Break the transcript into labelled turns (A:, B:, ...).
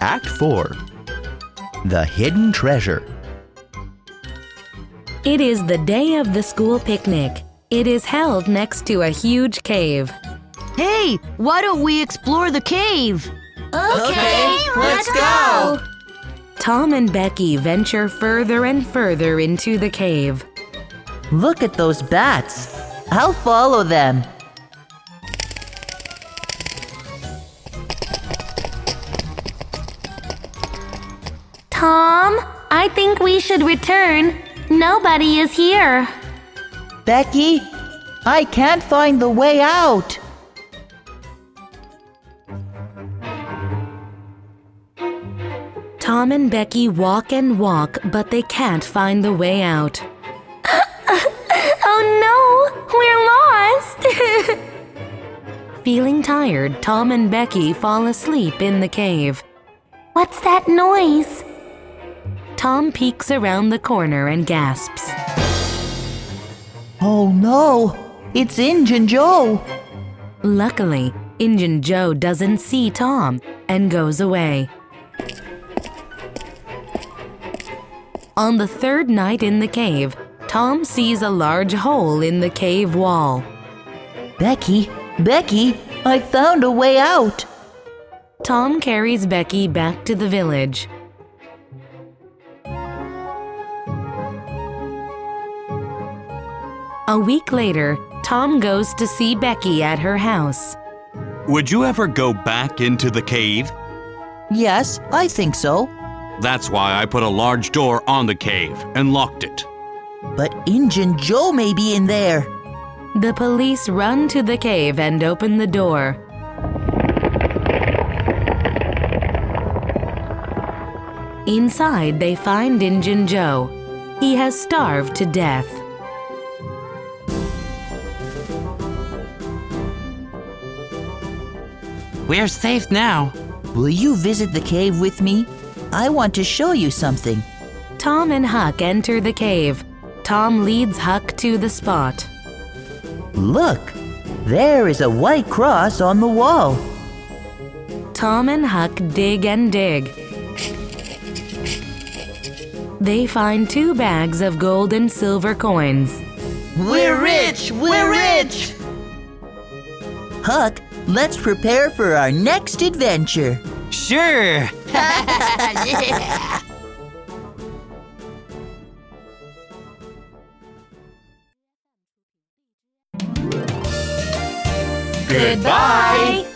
A: Act 4 The Hidden Treasure.
B: It is the day of the school picnic. It is held next to a huge cave.
C: Hey, why don't we explore the cave?
D: Okay, let's go.
B: Tom and Becky venture further and further into the cave.
E: Look at those bats. I'll follow them.
F: Tom, I think we should return. Nobody is here.
E: Becky, I can't find the way out.
B: Tom and Becky walk and walk, but they can't find the way out.
F: Oh no, we're lost.
B: Feeling tired, Tom and Becky fall asleep in the cave.
F: What's that noise?
B: Tom peeks around the corner and gasps.
E: Oh no, it's Injun Joe.
B: Luckily, Injun Joe doesn't see Tom and goes away. On the third night in the cave, Tom sees a large hole in the cave wall.
E: Becky, Becky, I found a way out.
B: Tom carries Becky back to the village. A week later, Tom goes to see Becky at her house.
G: Would you ever go back into the cave?
E: Yes, I think so.
G: That's why I put a large door on the cave and locked it.
E: But Injun Joe may be in there.
B: The police run to the cave and open the door. Inside, they find Injun Joe. He has starved to death.
D: We're safe now.
E: Will you visit the cave with me? I want to show you something.
B: Tom and Huck enter the cave. Tom leads Huck to the spot.
E: Look, there is a white cross on the wall.
B: Tom and Huck dig and dig. They find two bags of gold and silver coins.
E: We're rich! We're rich! Huck, let's prepare for our next adventure.
D: Sure.
F: Goodbye.